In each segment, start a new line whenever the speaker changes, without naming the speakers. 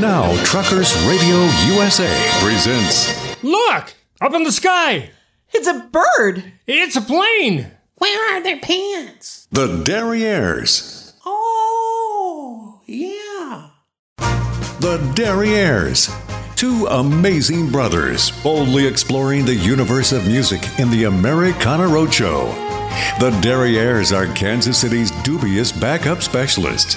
now, Truckers Radio USA presents.
Look! Up in the sky!
It's a bird.
It's a plane!
Where are their pants?
The Derriers.
Oh, yeah.
The Derriers. Two amazing brothers boldly exploring the universe of music in the Americana Roadshow. The Derriers are Kansas City's dubious backup specialists.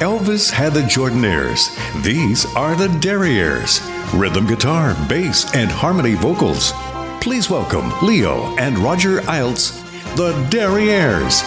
Elvis had the Jordanaires. These are the Derriers. Rhythm guitar, bass, and harmony vocals. Please welcome Leo and Roger Iltz, the Derriers.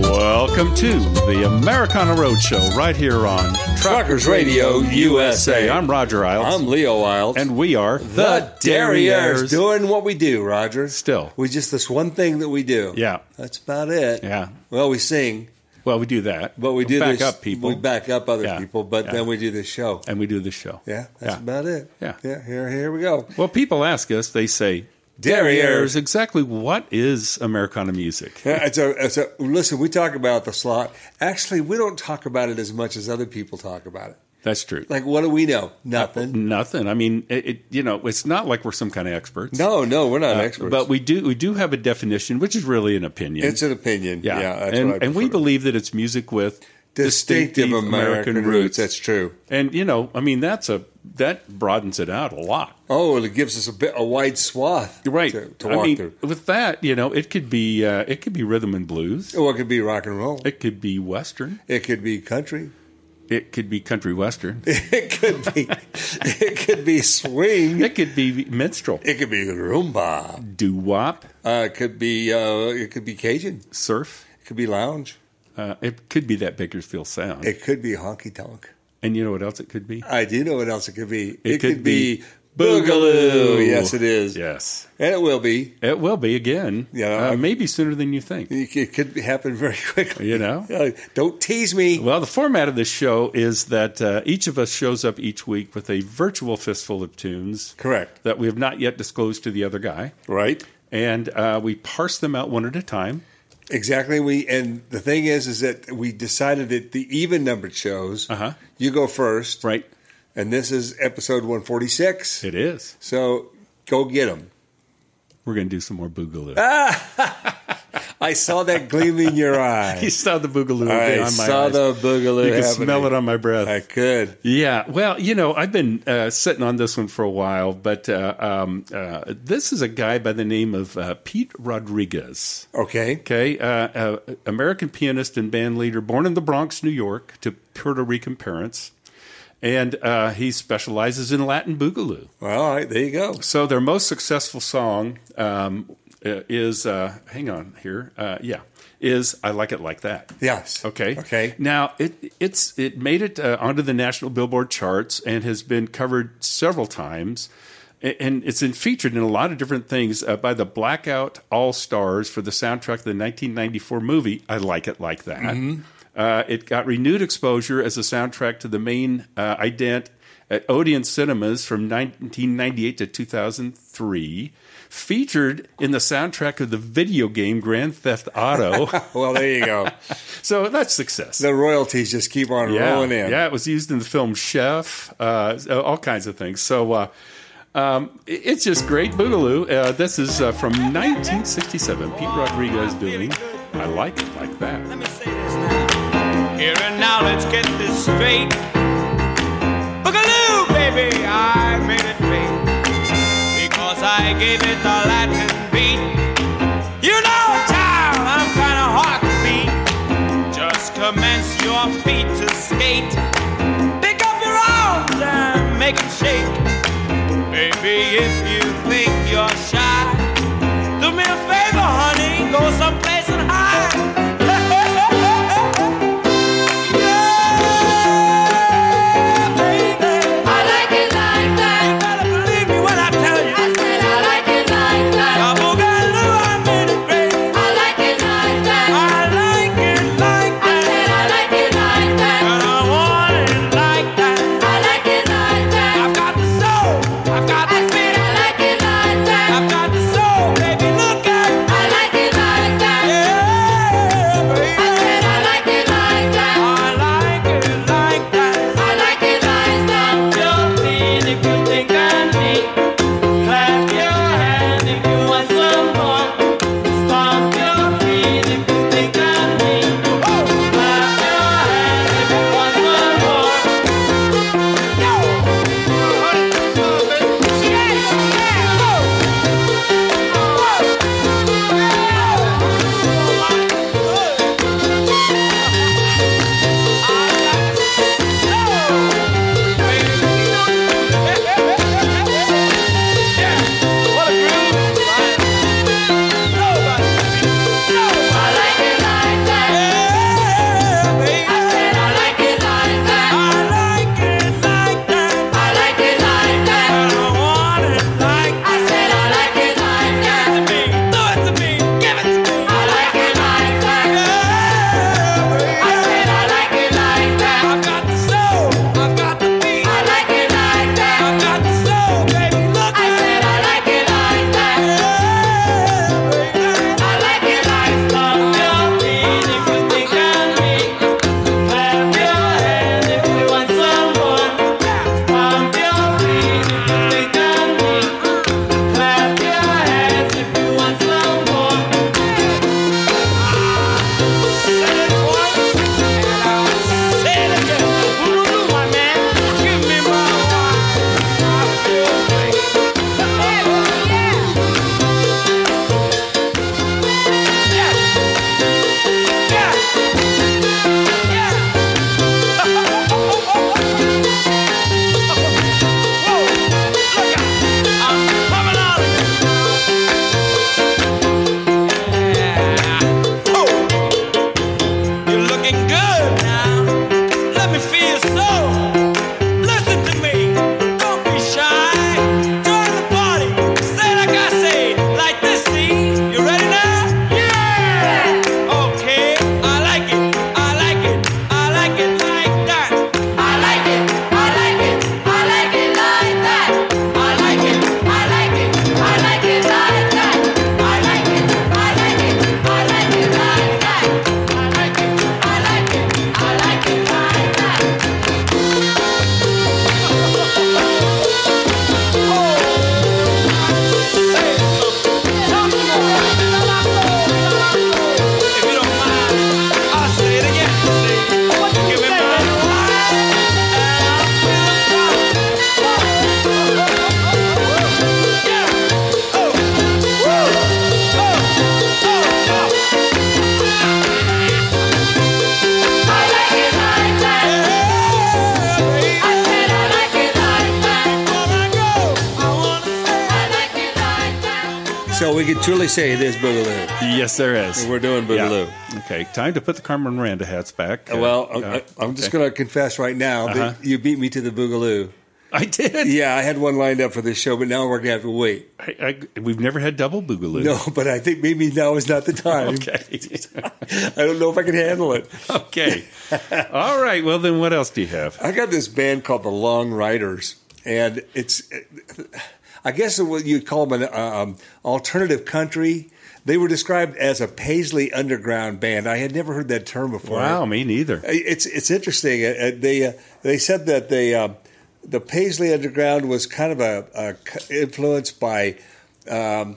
Welcome to the Americana Roadshow, right here on
Truckers Radio USA.
I'm Roger Isles,
I'm Leo Wild.
and we are
the Derriers
Derriers.
doing what we do, Roger.
Still.
We just this one thing that we do.
Yeah.
That's about it.
Yeah.
Well, we sing,
Well, we do that,
but we do
back
this,
up people,
We back up other
Yeah.
people, but
Yeah.
then we do this show.
and we do the show.
Yeah. That's
Yeah.
about it.
Yeah.
Yeah. Here, here we go.
Well, people ask us; they say
Derriers.
Derriers. Exactly, what is Americana music?
Yeah, it's a, it's a, listen, we talk about the slot. Actually, we don't talk about it as much as other people talk about it.
That's true.
Like, what do we know? Nothing.
Nothing. I mean, it, it, you know, it's not like we're some kind of experts.
No, no, we're not
Uh,
experts.
but we do we do have a definition, which is really an opinion.
it's an opinion. Yeah. that's
and,
what I
and we
prefer.
believe that it's music with
distinctive American, roots. That's true.
And you know, I mean, that's a that broadens it out a lot,
Oh, and it gives us a bit a wide swath,
right?
To, to
I
walk
mean,
through.
with that, you know, it could be uh, it could be rhythm and blues,
Well, Oh, it could be rock and roll. It,
it could be western,
could be country.
it could be country western,
It could be. it could be swing.
it could be minstrel,
It could be rumba.
doo wop,
Uh, it could be. Uh, it could be Cajun.
surf.
It could be lounge.
Uh, it could be that Bakersfield sound,
It could be honky tonk.
and you know what else it could be?
I do know what else it could be. It,
could be boogaloo.
boogaloo. Yes, it is.
Yes,
And it will be.
it will be again.
Yeah,
uh,
I-
maybe sooner than you think.
It it could happen very quickly.
You know?
Uh, don't tease me.
Well, the format of this show is that uh, each of us shows up each week with a virtual fistful of tunes.
Correct.
That we have not yet disclosed to the other guy.
Right.
And uh, we parse them out one at a time.
Exactly. We and the thing is, is that we decided that the even numbered shows.
Uh-huh.
You go first,
Right.
And this is episode one forty six.
It is.
So go get them.
We're going to do some more boogaloo.
Ah, I saw that gleam in your eye.
you saw the boogaloo
I
again on my
saw
eyes.
the boogaloo.
You can
happening.
smell it on my breath.
I could.
Yeah, well, you know, I've been uh, sitting on this one for a while, but uh, um, uh, this is a guy by the name of uh, Pete Rodriguez.
Okay.
Okay, uh, uh, American pianist and band leader, born in the Bronx, New York, to Puerto Rican parents, and uh, he specializes in Latin boogaloo.
Well, all right. There you go.
So their most successful song um, uh, is, uh, hang on here, uh, yeah, is "I Like It Like That."
Yes.
Okay.
Okay.
Now it it's it made it uh, onto the national Billboard charts and has been covered several times, A- and it's been featured in a lot of different things uh, by the Blackout All Stars for the soundtrack of the 1994 movie I Like It Like That.
Mm-hmm.
Uh, it got renewed exposure as a soundtrack to the main uh, ident at Odeon Cinemas from 1998 to 2003. Featured in the soundtrack of the video game Grand Theft Auto.
Well, there you go.
so that's success.
the royalties just keep on rolling in.
Yeah, it was used in the film Chef, uh, all kinds of things. So uh, um, it- it's just great boogaloo. Uh, this is uh, from 1967. Pete Rodriguez doing I Like It Like That.
Here and now, let's get this straight. Boogaloo, baby, I made it great because I gave it the Latin beat. You know, child, I'm kind of hard to beat. Just commence your feet to skate. Pick up your arms and make 'em shake. Baby, if you think you're shy, do me a favor, honey, go someplace and hide.
I like it like that.
Better believe me when I tell you.
I said I like it like
we could truly say it is Boogaloo.
Yes, there is.
We're doing Boogaloo.
Yeah. Okay, time to put the Carmen Miranda hats back. Uh,
Well, I-
uh,
I, I'm just
okay. Uh-huh.
going to confess right now that you beat me to the Boogaloo.
I did.
Yeah, I had one lined up for this show, but now we're going to have to wait.
I, I, we've never had double boogaloo.
No, but I think maybe now is not the time.
Okay.
I don't know if I can handle it.
okay. All right. Well, then what else do you have?
I got this band called the Long Riders, and it's, I guess what you'd call them an um, alternative country. They were described as a Paisley underground band. I had never heard that term before.
Wow, me neither.
It's it's interesting. Uh, uh, They uh, they said that they um the Paisley Underground was kind of a, a c- influenced by um,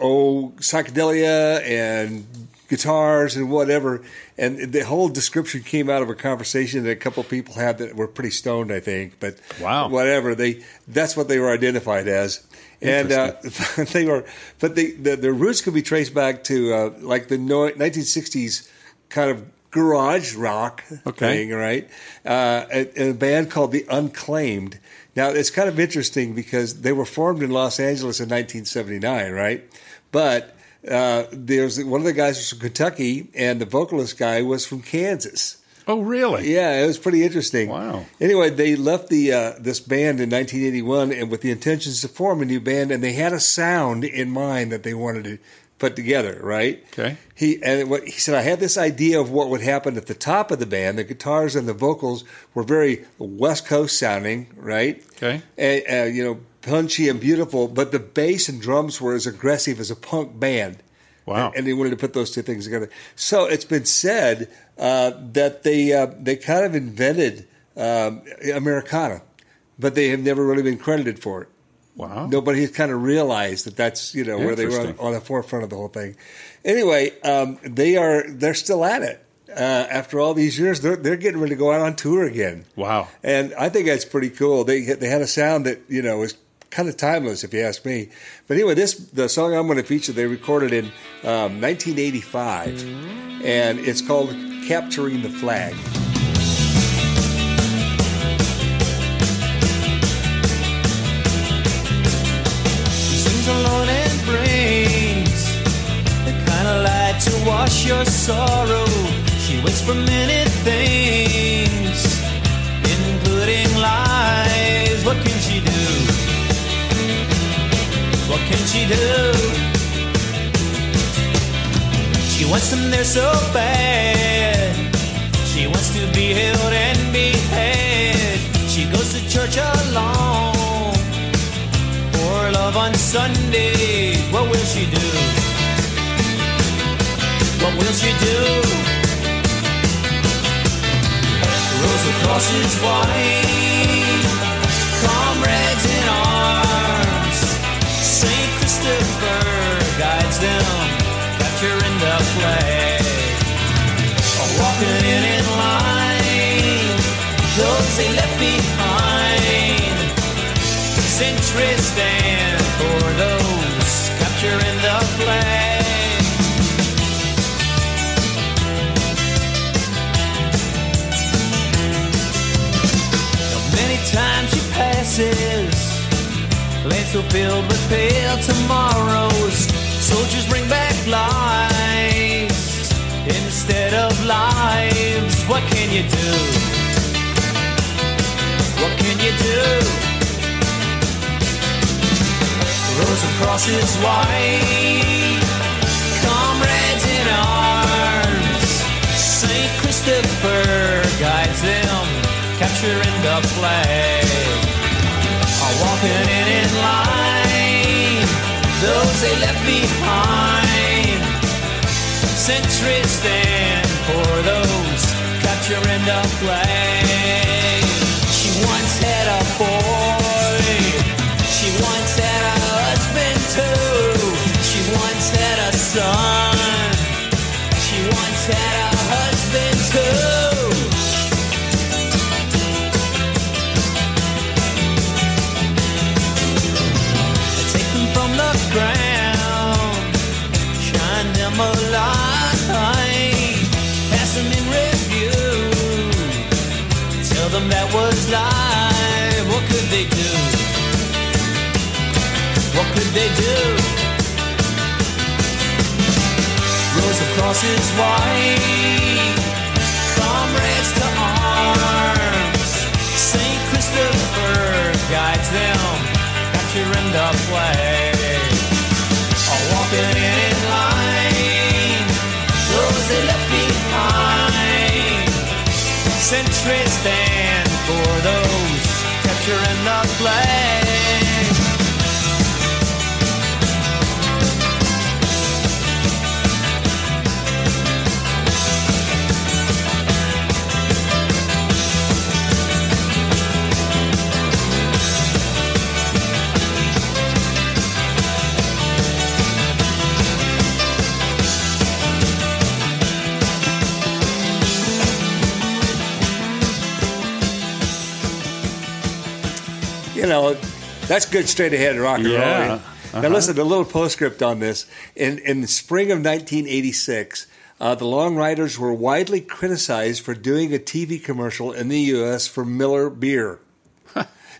oh psychedelia and guitars and whatever, and the whole description came out of a conversation that a couple people had that were pretty stoned, I think. But
Wow.
whatever they that's what they were identified as. And uh, they were, but they, the, their roots could be traced back to uh, like the no, 1960s kind of garage rock
Okay.
thing, right? Uh, a, a band called The Unclaimed. Now, it's kind of interesting because they were formed in Los Angeles in 1979, right? But uh, there's one of the guys was from Kentucky, and the vocalist guy was from Kansas.
Oh, really?
Yeah, it was pretty interesting.
Wow.
Anyway, they left the uh, this band in 1981, and with the intentions to form a new band, and they had a sound in mind that they wanted to put together. Right?
Okay.
He and what he said, I had this idea of what would happen at the top of the band. The guitars and the vocals were very West Coast sounding, right?
Okay.
And, uh, you know, punchy and beautiful, but the bass and drums were as aggressive as a punk band.
Wow.
And, and they wanted to put those two things together. So it's been said uh, that they uh, they kind of invented um, Americana, but they have never really been credited for it.
Wow.
Nobody has kind of realized that that's you know where they were on,
Interesting.
on the forefront of the whole thing. Anyway, um, they are they're still at it uh, after all these years. They're they're getting ready to go out on tour again.
Wow.
And I think that's pretty cool. They they had a sound that you know was kind of timeless, if you ask me. But anyway, this the song I'm going to feature. They recorded in um, 1985,
Mm-hmm.
and it's called "Capturing the Flag."
sings alone and brings the kind of light to wash your sorrow. She waits for many things, including lies. What can she do? What can she do? She wants them there so bad. She wants to be healed and be had. She goes to church alone for love on Sunday. What will she do? What will she do? Rosa crosses wide, comrades in arms. Saint Christopher guides them, capturing the flag. Walking in in line, those they left behind sentry stand for those capturing the flag. Now many times she passes, lands so filled with pale tomorrows. Soldiers bring back lies instead of lives. What can you do? What can you do? Rows of crosses white, comrades in arms. Saint Christopher guides them, capturing the flag. Are walking in in line, those they left behind. Sentries stand for those capturing the flag. She once had a boy. She once had a husband too. She once had a son. She once had a husband too. Take them from the ground shine them a light, pass them in review. Tell them that was life. What could they do? What could they do? cross is white. Comrades to arms. Saint Christopher guides them capturing the flag. Are walking in line. Those they left behind. Sentry stand for those capturing the flag.
you know, that's good straight ahead rock and
Yeah.
roll. Now, listen, a little postscript on this. In, in the spring of 1986, uh, the Long Riders were widely criticized for doing a TV commercial in the U.S. for Miller Beer.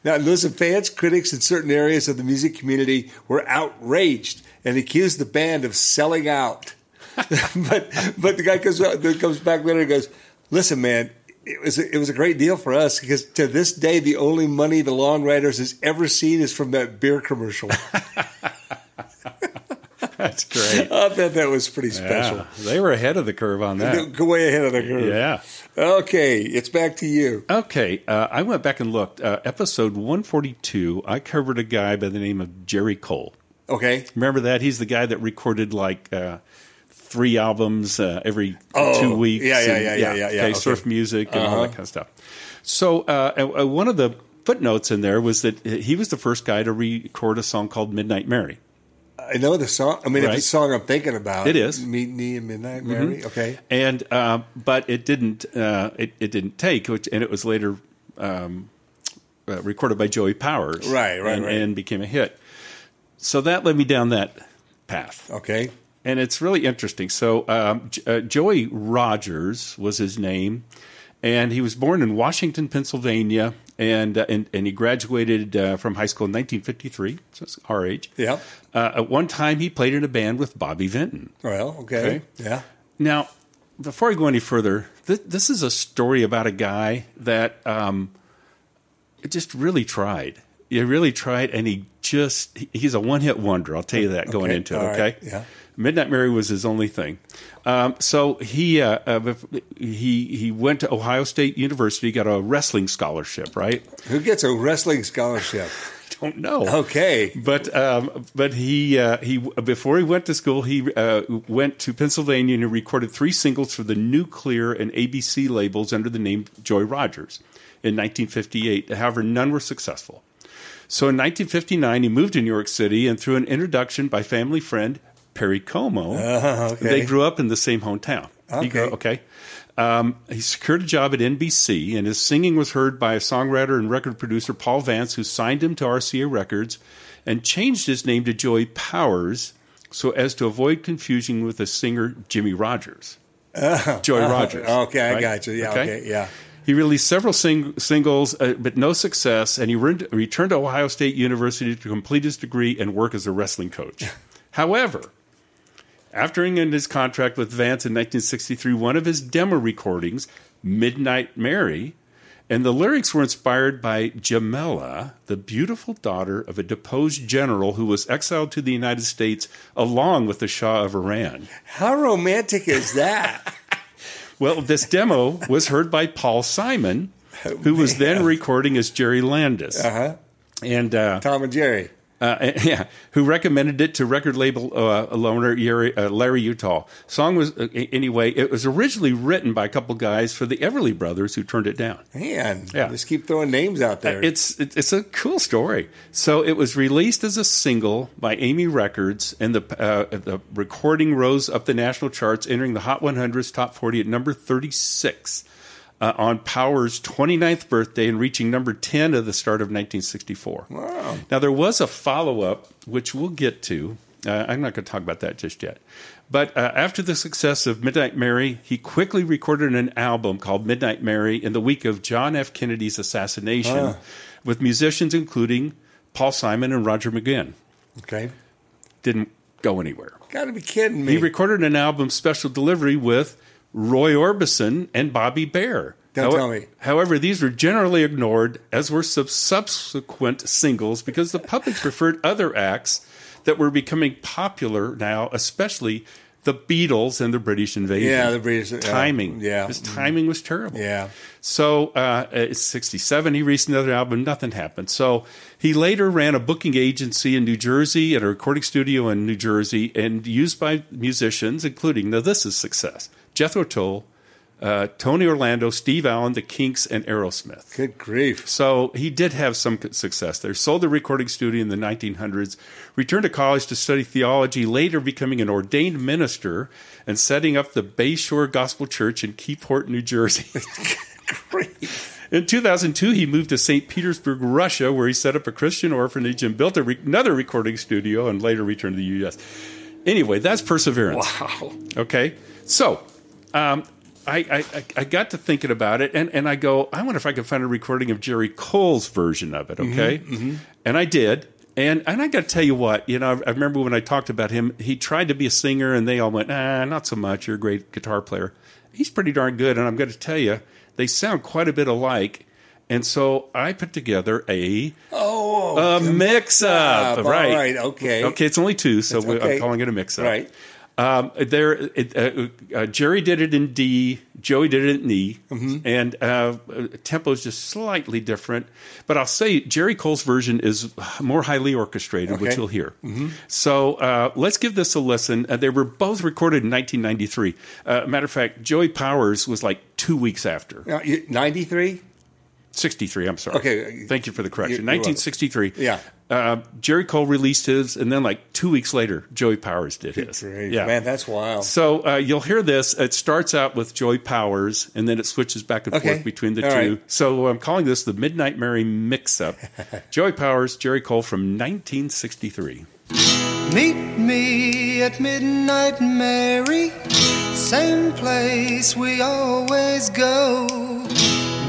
now, listen, fans, critics, and certain areas of the music community were outraged and accused the band of selling out. but but the guy comes out- that comes back later and goes, "Listen, man, it was a, it was a great deal for us because to this day the only money the Long Riders has ever seen is from that beer commercial."
That's great.
I thought that was pretty special.
Yeah, they were ahead of the curve on that.
Go way ahead of the curve.
Yeah.
Okay, it's back to you.
Okay, uh, I went back and looked. Uh, episode 142, I covered a guy by the name of Jerry Cole.
Okay.
Remember that? He's the guy that recorded like uh, three albums uh, every
Oh,
two weeks.
yeah, yeah,
and-
yeah, yeah, yeah, yeah,
Okay,
okay. Uh-huh.
surf music and all that kind of stuff. So uh, and- and one of the footnotes in there was that he was the first guy to record a song called Midnight Mary.
I know the song. I mean,
Right.
if it's the song I'm thinking about,
It is. Mm-hmm.
Meet Me and Midnight Mary. Okay.
and uh, but it didn't uh, it, it didn't take which and it was later um, uh, recorded by Joey Powers
Right, right,
and,
right.
and became a hit so that led me down that path
Okay.
and it's really interesting so um, J- uh, Joey Rogers was his name and he was born in Washington Pennsylvania and uh, and, and he graduated uh, from high school in 1953 so it's our age
Yeah.
uh, at one time he played in a band with Bobby Vinton
Well.
Okay.
okay. Yeah.
now, before I go any further, th- this is a story about a guy that um, just really tried. He really tried, and he just, he- he's a one hit wonder. I'll tell you that going
Okay,
into it,
all
okay?
right, yeah.
Midnight Mary was his only thing. Um, so he, uh, uh, bef- he, he went to Ohio State University, got a wrestling scholarship, right?
Who gets a wrestling scholarship?
Don't know.
Okay.
But um, but he uh, he before he went to school he uh, went to Pennsylvania and he recorded three singles for the Nuclear and ABC labels under the name Joy Rogers in 1958. However, none were successful. So in 1959 he moved to New York City and through an introduction by family friend Perry Como,
Ah, okay.
they grew up in the same hometown. He grew-
Okay.
okay. Um, he secured a job at NBC, and his singing was heard by songwriter and record producer Paul Vance, who signed him to RCA Records and changed his name to Joey Powers so as to avoid confusion with the singer Jimmy Rogers. Joey Rogers.
Oh. Okay, I
right?
got you. Yeah. Okay. Yeah.
He released several sing- singles, uh, but no success, and he re- returned to Ohio State University to complete his degree and work as a wrestling coach. However, after ending his contract with Vance in 1963, one of his demo recordings, Midnight Mary, and the lyrics were inspired by Jamela, the beautiful daughter of a deposed general who was exiled to the United States along with the Shah of Iran.
How romantic is that?
Well, this demo was heard by Paul Simon, who
Oh,
was then recording as Jerry Landis,
huh?
and uh,
Uh-huh. Tom and Jerry.
uh, yeah, who recommended it to record label uh, loaner Yeri- uh, Larry Utah. Song was uh, a- anyway. It was originally written by a couple guys for the Everly Brothers, who turned it down.
Man,
Yeah. Uh,
just keep throwing names out there.
It's it- it's a cool story. So it was released as a single by Amy Records, and the uh, the recording rose up the national charts, entering the Hot 100's top 40 at number 36 uh, on Power's 29th birthday and reaching number 10 at the start of 1964. Wow! Now there was a follow up, which we'll get to. Uh, I'm not going to talk about that just yet. But uh, after the success of Midnight Mary, he quickly recorded an album called Midnight Mary in the week of John F. Kennedy's assassination with musicians including Paul Simon and Roger McGinn.
okay.
Didn't go anywhere.
Gotta be kidding me.
He recorded an album, Special Delivery, with Roy Orbison and Bobby Bear.
Don't tell me.
However, these were generally ignored, as were sub- subsequent singles, because the public preferred other acts that were becoming popular now, especially the Beatles and the British Invasion.
Yeah, the British- yeah.
timing.
Yeah.
his timing was terrible.
yeah.
So uh, it's 67. He released another album. Nothing happened. So he later ran a booking agency in New Jersey at a recording studio in New Jersey and used by musicians, including, now this is success, Jethro Tull, uh, Tony Orlando, Steve Allen, The Kinks, and Aerosmith.
Good grief.
So he did have some success there. Sold the recording studio in the 1900s, returned to college to study theology, later becoming an ordained minister and setting up the Bayshore Gospel Church in Keyport, New Jersey. In 2002, he moved to St. Petersburg, Russia, where he set up a Christian orphanage and built a re- another recording studio and later returned to the U.S. Anyway, that's perseverance.
Wow.
Okay. So um, I, I, I- I got to thinking about it and, and I go, I wonder if I can find a recording of Jerry Cole's version of
Mm-hmm.
it. Okay. And I did. And, and I got to tell you what, you know, I remember when I talked about him, he tried to be a singer and they all went, nah, not so much. You're a great guitar player. He's pretty darn good. And I'm going to tell you, they sound quite a bit alike. And so I put together a
Oh.
a mix up,
All
right?
right, okay.
okay. It's only two, so we
okay.
I'm calling it a mix up.
Right.
Um, there, it, uh, uh, Jerry did it in D. Joey did it in E.
Mm-hmm.
And uh, uh, tempo is just slightly different. But I'll say Jerry Cole's version is more highly orchestrated, which
Okay. Mm-hmm.
you'll hear. So uh, let's give this a listen. Uh, they were both recorded in 1993. Uh, matter of fact, Joey Powers was like two weeks after.
Now, Uh, you- 93?
63, I'm sorry.
Okay.
Thank you for the correction.
You're- you're welcome.
1963.
Yeah.
Uh, Jerry Cole released his, and then like two weeks later, Joey Powers did his.
Great.
Yeah.
Man, that's wild.
so uh, you'll hear this. It starts out with Joey Powers, and then it switches back and
Okay.
forth between the
All
two.
right.
So I'm calling this the Midnight Mary mix up. Joey Powers, Jerry Cole from 1963.
Meet me at midnight, Mary. Same place we always go.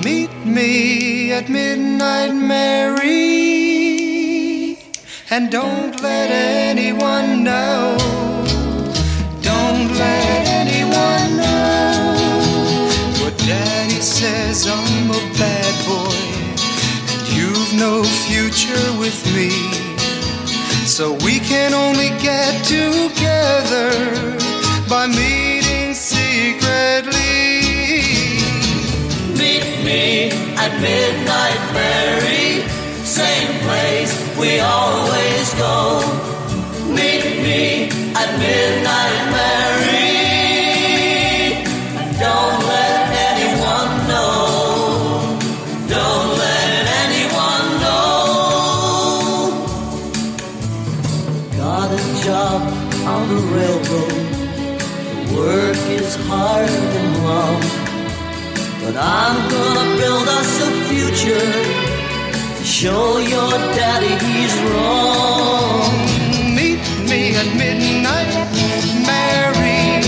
Meet me at midnight, Mary. And don't let anyone know. Don't let anyone know. Your daddy says I'm a bad boy. And you've no future with me. So we can only get together by meeting secretly.
Meet me at midnight, Mary. Same place we always go. Meet me at midnight, Mary. Don't let anyone know. Don't let anyone know. Got a job on the railroad. The work is hard and long. But I'm gonna build us a future to show your daddy he's wrong.
Meet me at midnight, Mary.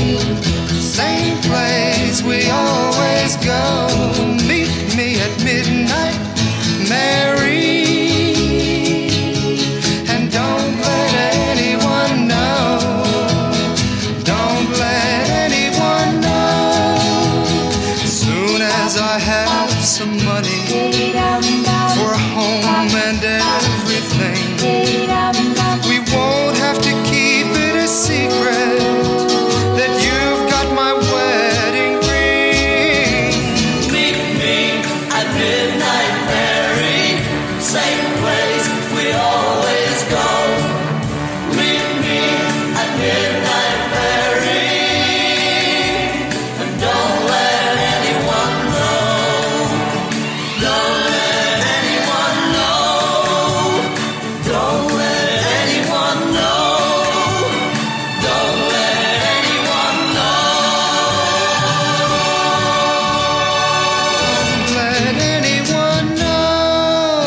Same place we always go. Meet me at midnight, Mary. And don't let anyone know. Don't let anyone know. Soon as I have some money for a home and everything. We won't have to keep it a secret that you've got my wedding ring.
Meet me at midnight, Mary. Same place we always go. Meet me at midnight, Mary. And don't let anyone know. Don't let anyone know. Don't let anyone know. Don't let anyone know.
Don't let anyone know.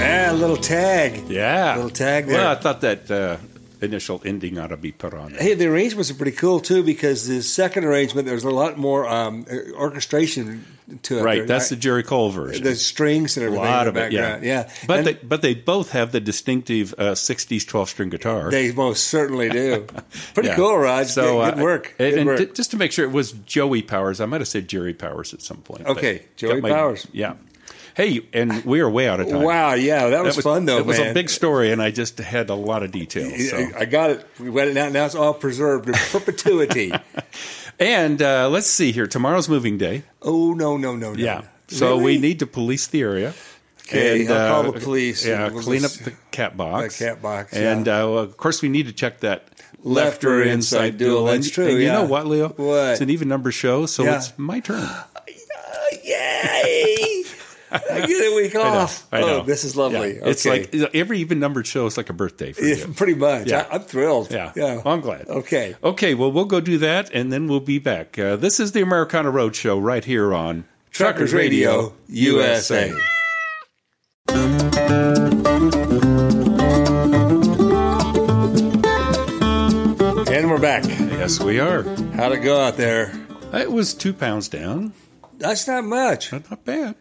Ah, a little tag.
Yeah.
Eh, Little tag there.
Well, I thought that uh, initial ending ought to be put on it.
Hey, the arrangements are pretty cool too because the second arrangement there was a lot more um, orchestration to it.
Right, that's the
the,
Jerry Cole version.
strings and
a
everything.
lot
in
of
the
it, yeah,
background. yeah.
But
And
they, but they both have the distinctive uh, '60s 12-string guitar.
they most certainly do. Pretty
Yeah.
cool, Rod.
So
good, good
uh,
work.
And,
Good
and
work.
ju- just to make sure, it was Joey Powers. I might have said Jerry Powers at some point. but
Okay,
got
Joey Powers.
Yeah. Hey, and we are way out of time.
wow, yeah, that
That
was, fun though.
It was a
man.
big story, and I just had a lot of details. So.
I got it. We went it out. Now it's all preserved in perpetuity.
And uh, let's see here. Tomorrow's moving day.
oh no, no, no, no.
So
Really?
we need to police the area.
Okay,
And,
I'll call
uh,
the police.
Yeah,
and we'll
clean up
just-
the cat box.
The cat box,
And
yeah.
uh, of course, we need to check that
Left or inside duel.
And-
That's true,
And you
yeah.
know what, Leo?
What?
It's an even number show, so
Yeah.
it's my turn.
Oh, yay! I get a week
I know,
off.
I know.
Oh, this is lovely.
Yeah. It's
Okay.
like every even numbered show is like a birthday for
Yeah,
you.
pretty much.
Yeah.
I, I'm thrilled.
Yeah.
yeah.
Well, I'm glad.
Okay.
Okay. Well, we'll go do that, and then we'll be back. Uh, this is the Americana Road Show right here on
Truckers Radio USA. And we're back.
Yes, we are.
How'd it go out there?
It was two pounds down.
That's not much.
Not, not bad.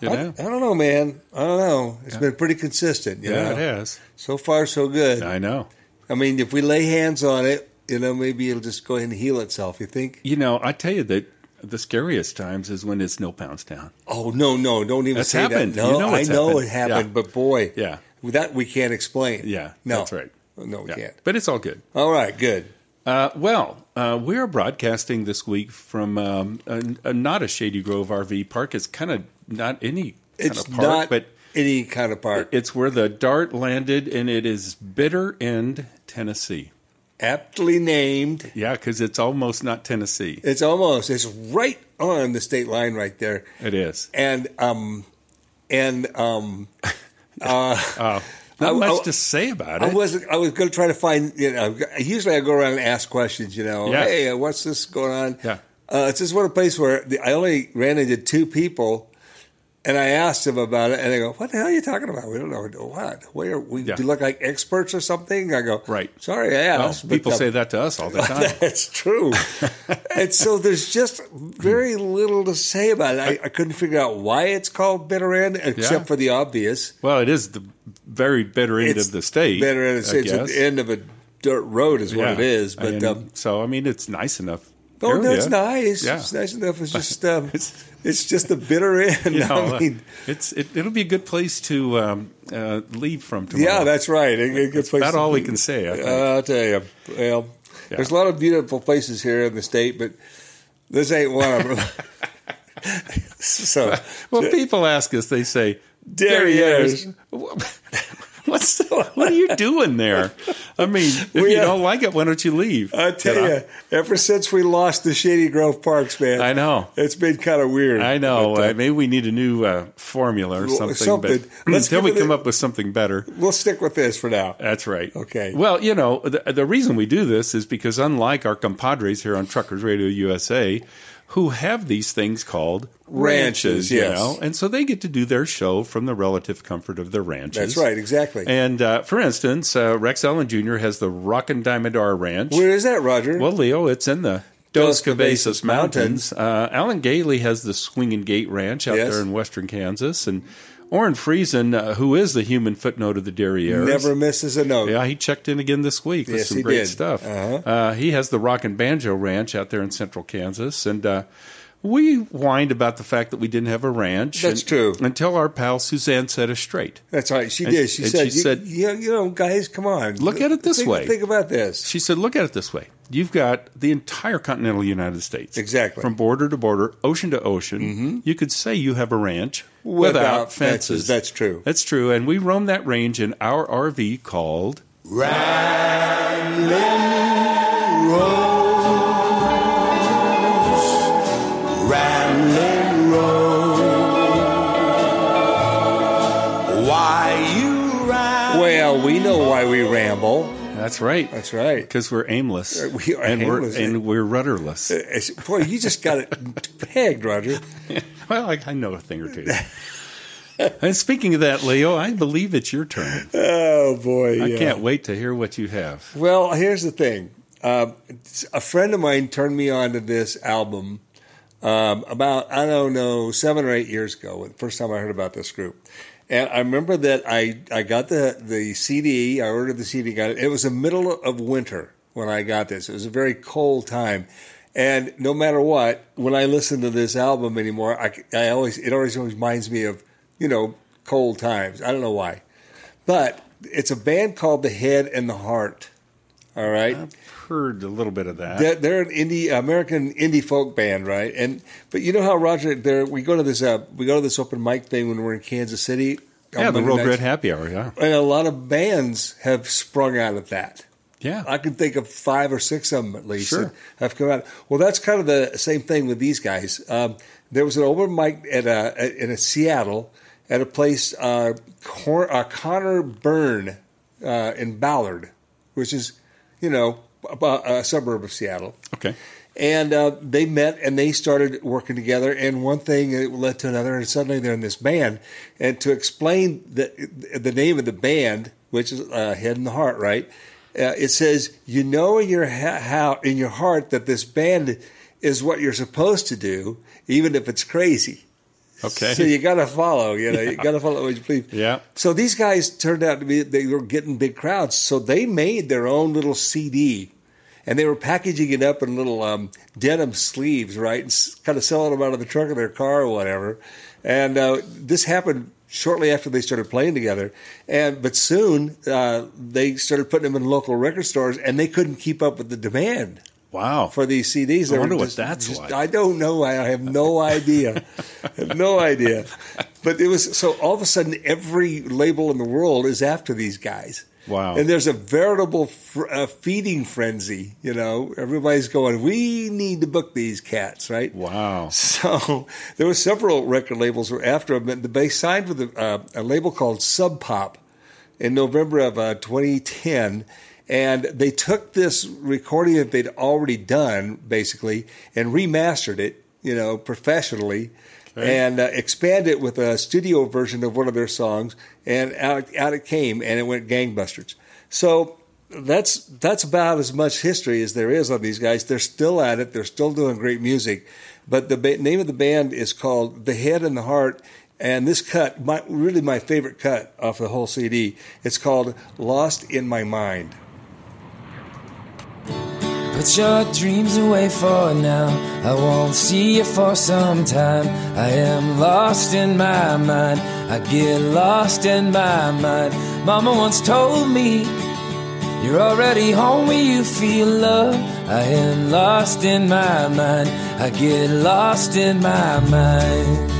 You
I, I
know?
don't know, man. I don't know. It's been pretty consistent. You
yeah,
know?
it has.
So far, so good.
I know.
I mean, if we lay hands on it, you know, maybe it'll just go ahead and heal itself. You think?
You know, I tell you that the scariest times is when it's no pounds down.
Oh no, no! Don't even
That's
say
happened.
that. No,
You know
I
it's
know
happened.
it happened,
Yeah.
but boy,
Yeah.
that we can't explain.
Yeah,
no,
that's right.
No, we
Yeah.
can't.
But it's all good.
All right, good.
Uh, well, uh, we are broadcasting this week from um, a, a, not a Shady Grove RV park. It's kind of not any kind
It's
of park,
not
but
any kind of park.
it's where the dart landed, and it is Bitter End, Tennessee.
Aptly named.
Yeah, because it's almost not Tennessee.
It's almost. It's right on the state line, right there.
It is.
And um, and um, uh,
Oh, Not
I-
much
I-
to say about
I
it.
was I was going to try to find. You know, usually I go around and ask questions. You know,
Yeah.
hey, uh, what's this going on?
Yeah.
Uh, it's just one place where the, I only ran into two people, and I asked them about it, and they go, "What the hell are you talking about? We don't know what. Where we
Yeah.
do you look like experts or something?" I go,
Right.
Sorry, I
Well,
asked. but,
people
uh,
say that to us all the time.
That's true. and so there's just very little to say about it. I, I couldn't figure out why it's called Bitter End, except
Yeah.
for the obvious.
Well, it is the very bitter end
It's
of the state.
Bitter End,
I
it's, it's at
guess.
the end of a dirt road, is what
Yeah.
it is. But
And
um,
so I mean, it's nice enough.
oh, no,
area.
it's nice.
Yeah.
It's nice enough. It's just um,
It's-
it's, just the bitter end.
You know, uh,
I mean,
it's it, it'll be a good place to um, uh, leave from tomorrow.
yeah, that's right. It, it
That's
gets places
about all we
to-
can say. I think.
Uh, I'll tell you. Well,
Yeah.
there's a lot of beautiful places here in the state, but this ain't one of them. so.
well, people ask us. They say,
There he is."
What's the, what are you doing there? I mean, if
We
you
have-
don't like it, why don't you leave?
I tell you, ever since we lost the Shady Grove Parks, man,
I know.
it's been kind of weird.
I know.
But, uh,
uh, maybe we need a new uh, formula or
Well,
something.
something.
But
Let's
until
give
we
it a-
come up with something better.
we'll stick with this for now.
That's right.
Okay.
Well, you know, the, the reason we do this is because unlike our compadres here on Truckers Radio USA, who have these things called
Ranches,
you
yes.
know, and so they get to do their show from the relative comfort of their ranches.
That's right, exactly.
And uh, for instance, uh, Rex Allen Jr. has the Rockin' Diamondar Ranch.
Where is that, Roger?
Well, Leo, it's in the
Dos
Dos Cabezas
Cabezas
Mountains. Uh, Alan Gailey has the Swingin' Gate Ranch out
Yes.
there in western Kansas, and Orrin Friesen, uh, who is the human footnote of the Derriere,
Never misses a note.
yeah, he checked in again this week with
Yes,
some
he
great
did.
stuff.
Uh-huh.
Uh, he has the Rock and Banjo Ranch out there in central Kansas. And uh, we whined about the fact that we didn't have a ranch.
That's
and-
true.
Until our pal Suzanne set us straight.
That's right. She
And-
did. She
and
said,
she
you,
said-
you, you know, guys, come on.
Look at it this
think,
way.
Think about this.
She said, look at it this way. You've got the entire continental United States.
Exactly. Mm-hmm.
From border to border, ocean to ocean. You could say you have a ranch without,
Without
fences.
fences. That's true.
That's true. And we roam that range in our RV called
Ramblin' Road. Why you ramble?
Well, we know why we ramble.
That's right.
That's right. Uh,
Because we're aimless.
We are
and
aimless. Uh,
We're, and we're rudderless.
It's- Boy, you just got it pegged, Roger.
well, I, I know a thing or two. And speaking of that, Leo, I believe it's your turn.
Oh boy,
I
yeah.
can't wait to hear what you have.
Well, here's the thing. Uh, a friend of mine turned me on to this album um, about, I don't know, seven or eight years ago, the first time I heard about this group. And I remember that I, I got the, the CD, I ordered the CD, got it. It was the middle of winter when I got this. It was a very cold time. And no matter what, when I listen to this album anymore, I, I always, it always reminds me of, you know, cold times. I don't know why. But it's a band called The Head and the Heart. All right.
Heard a little bit of that.
They're, they're an indie American indie folk band, right? And but you know how Roger, there we go to this uh, we go to this open mic thing when we're in Kansas City. on
yeah,
Monday
the World
nights.
Red Happy Hour. Yeah,
And a lot of bands have sprung out of that.
yeah.
I can think of five or six of them at least
Sure.
that have come out. Well, that's kind of the same thing with these guys. Um, there was an open mic at a, at- in a Seattle at a place uh, Cor- uh, Connor Byrne uh, in Ballard, which is you know a, a suburb of Seattle.
okay.
And uh, they met and they started working together, and one thing uh, led to another, and suddenly they're in this band. And to explain the the name of the band, which is uh, Head and the Heart, right? Uh, it says you know in your ha- how in your heart that this band is what you're supposed to do, even if it's crazy.
Okay.
So you got to follow, you know, you got to follow what you believe.
Yeah.
So these guys turned out to be, they were getting big crowds. So they made their own little CD and they were packaging it up in little um, denim sleeves, right? And s- kind of selling them out of the trunk of their car or whatever. And uh, this happened shortly after they started playing together. And But soon uh, they started putting them in local record stores and they couldn't keep up with the demand
wow.
for these CDs. They were
wonder what that's like.
I don't know. I have no idea. I have no idea. But it was so all of a sudden every label in the world is after these guys.
Wow.
And there's a veritable fr- uh, feeding frenzy. You know, everybody's going, we need to book these cats, right?
wow.
So there were several record labels were after him. And they signed with a, uh, a label called Sub Pop in November of uh, 2010. And they took this recording that they'd already done, basically, and remastered it, you know, professionally, and uh, expanded it with a studio version of one of their songs. And out, out it came, and it went gangbusters. So that's that's about as much history as there is on these guys. They're still at it. They're still doing great music. But the ba- name of the band is called The Head and the Heart. And this cut, my, really my favorite cut off the whole CD, it's called Lost in My Mind.
Put your dreams away for now. I won't see you for some time. I am lost in my mind. I get lost in my mind. Mama once told me, You're already home when you feel love. I am lost in my mind. I get lost in my mind.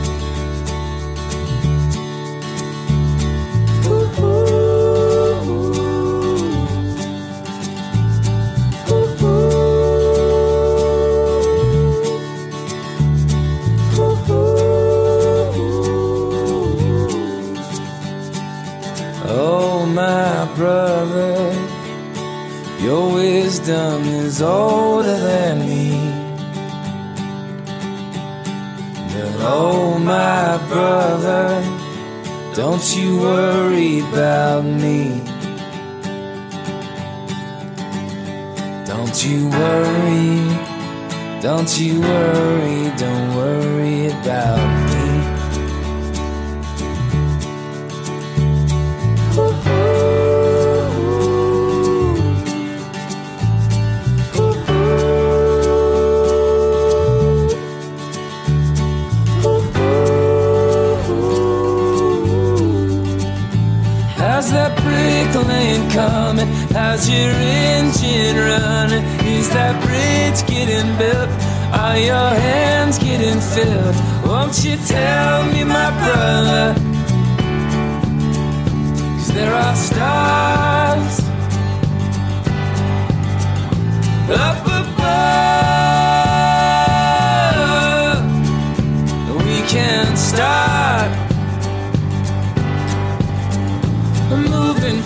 Oh, my brother, your wisdom is older than me. But oh, my brother, don't you worry about me. Don't you worry, don't you worry, don't worry about me. How's that bricklaying coming? How's your engine running? Is that bridge getting built? Are your hands getting filled? Won't you tell me, my brother? 'Cause there are stars up above. We can start moving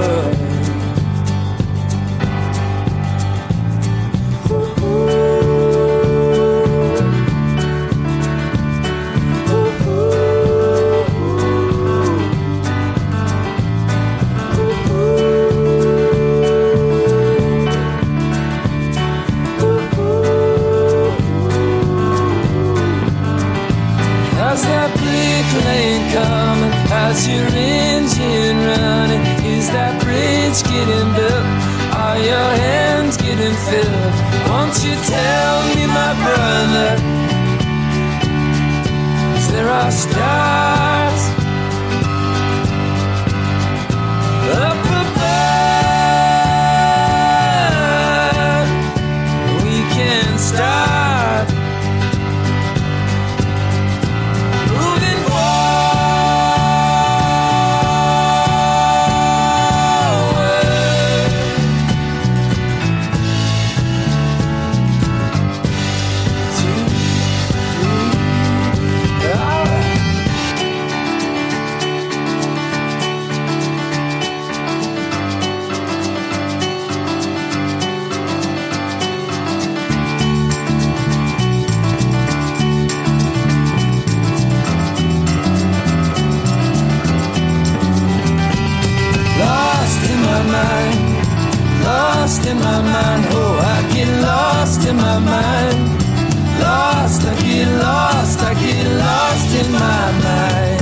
forward. Ooh. roads getting built? Are your hands getting filled? Won't you tell me, my brother? 'Cause There are stars up above. We can start moving forward. Two, three, all right. Lost in my mind, lost in my mind. Oh, I get lost in my mind. Lost, I get lost, I get lost in my mind.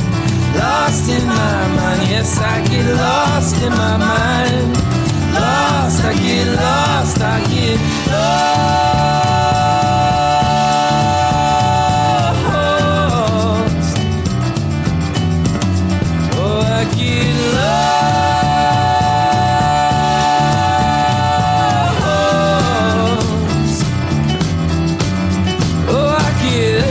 Lost in my mind, yes, I get lost in my mind. Lost, I get lost, I get lost. Oh, I get lost. Oh, I get.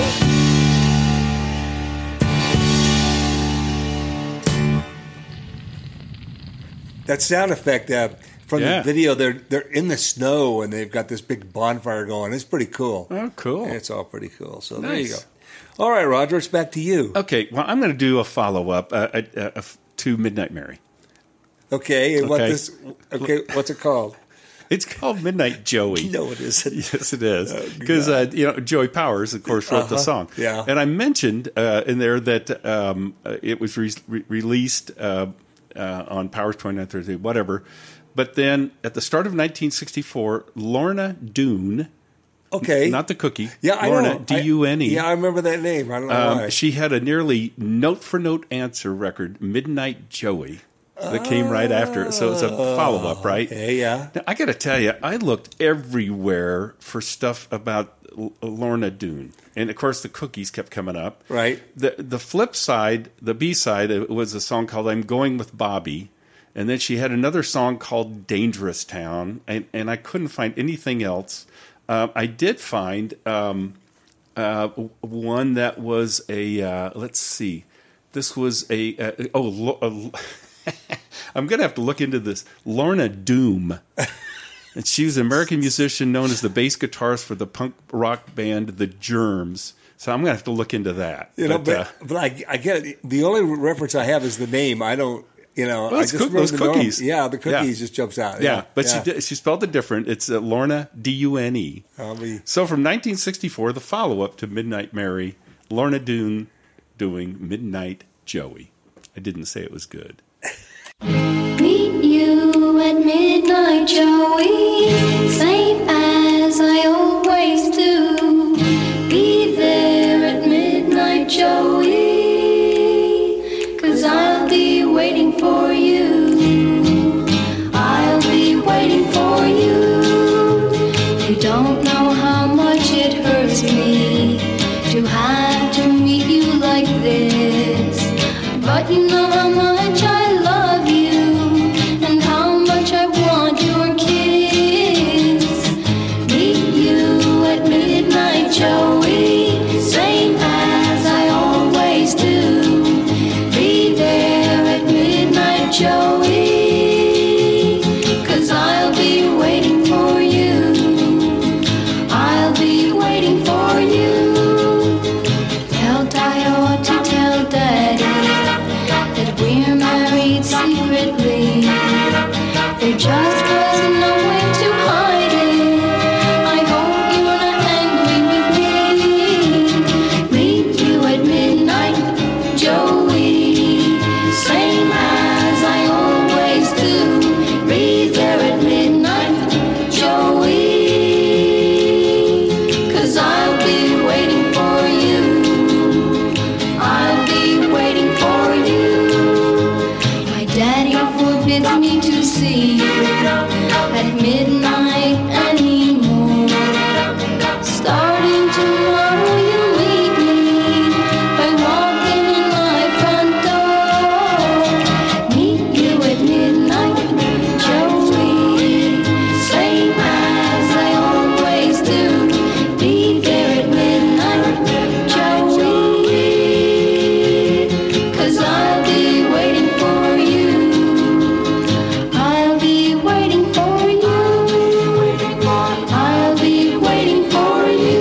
That sound effect uh, from
Yeah.
the video, they're they're in the snow and they've got this big bonfire going. It's pretty cool.
Oh, cool.
It's all pretty cool. So there you go.
Nice.
All right, Roger, it's back to you.
Okay, well, I'm going to do a follow up uh, uh, uh, to Midnight Mary.
Okay, and what
Okay.
this? Okay, what's it called?
It's called Midnight Joey.
No, it isn't. Oh,
Yes, it is because uh, you know Joey Powers, of course, wrote the
Uh-huh.
song.
Yeah.
and I mentioned uh, in there that um, uh, it was re- re- released uh, uh, on Powers 2933, whatever. But then at the start of 1964, Lorna Doone,
Okay,
not the cookie,
yeah, I
Lorna
know.
D U N E.
I- Yeah, I remember that name. I don't know why.
Um, she had a nearly note for note answer record, Midnight Joey, that came right after it. So it's a follow up, right?
Oh, okay, yeah.
Now, I got to tell you, I looked everywhere for stuff about L- Lorna Doone. And of course, the cookies kept coming up.
Right.
The, the flip side, the B side, uh, was a song called I'm Going with Bobby. And then she had another song called Dangerous Town. And, and I couldn't find anything else. Uh, I did find. Um, uh, w- one that was a uh, let's see this was a uh, oh Lo- uh, i'm gonna have to look into this lorna doom and she was an american musician known as the bass guitarist for the punk rock band the germs so i'm gonna have to look into that
You know, but,
uh,
but I, I get it. The only reference I have is the name. I don't, you know, I
it's
just
cook-
remember
those
the norm.
cookies.
Yeah, the cookies
Yeah.
just jumps out.
uh, yeah, but
yeah.
she did, she spelled it different. It's uh, Lorna D U N E.
I'll be-
So from 1964, the follow up to Midnight Mary, Lorna Doone doing Midnight Joey. I didn't say it was good.
Meet you at midnight, Joey. Same as I always do. Be there at midnight, Joey. Cause I'll be waiting for you. I'll be waiting for you. You don't know how much it hurts me to have to meet you like this. But you know how much I love you and how much I want your kiss. Meet you at midnight, Joey. Same as I always do. Be there at midnight, Joey. Cause I'll be waiting for you. I'll be waiting for you. Tell Tayo to tell Daddy that we're married secretly. There just was no way to hide it. I hope you're not angry with me. Meet you at midnight, Joey. Same as I always do. Be there at midnight, Joey. Cause I'll be waiting for you. I'll be waiting for you. My daddy forbids me to see at midnight anymore. Starting tomorrow, you meet me by walking in my front door. Meet you at midnight, Joey. Same as I always do. Be there at midnight, Joey. Cause I'll be waiting for you. I'll be waiting for you. I'll be waiting for you.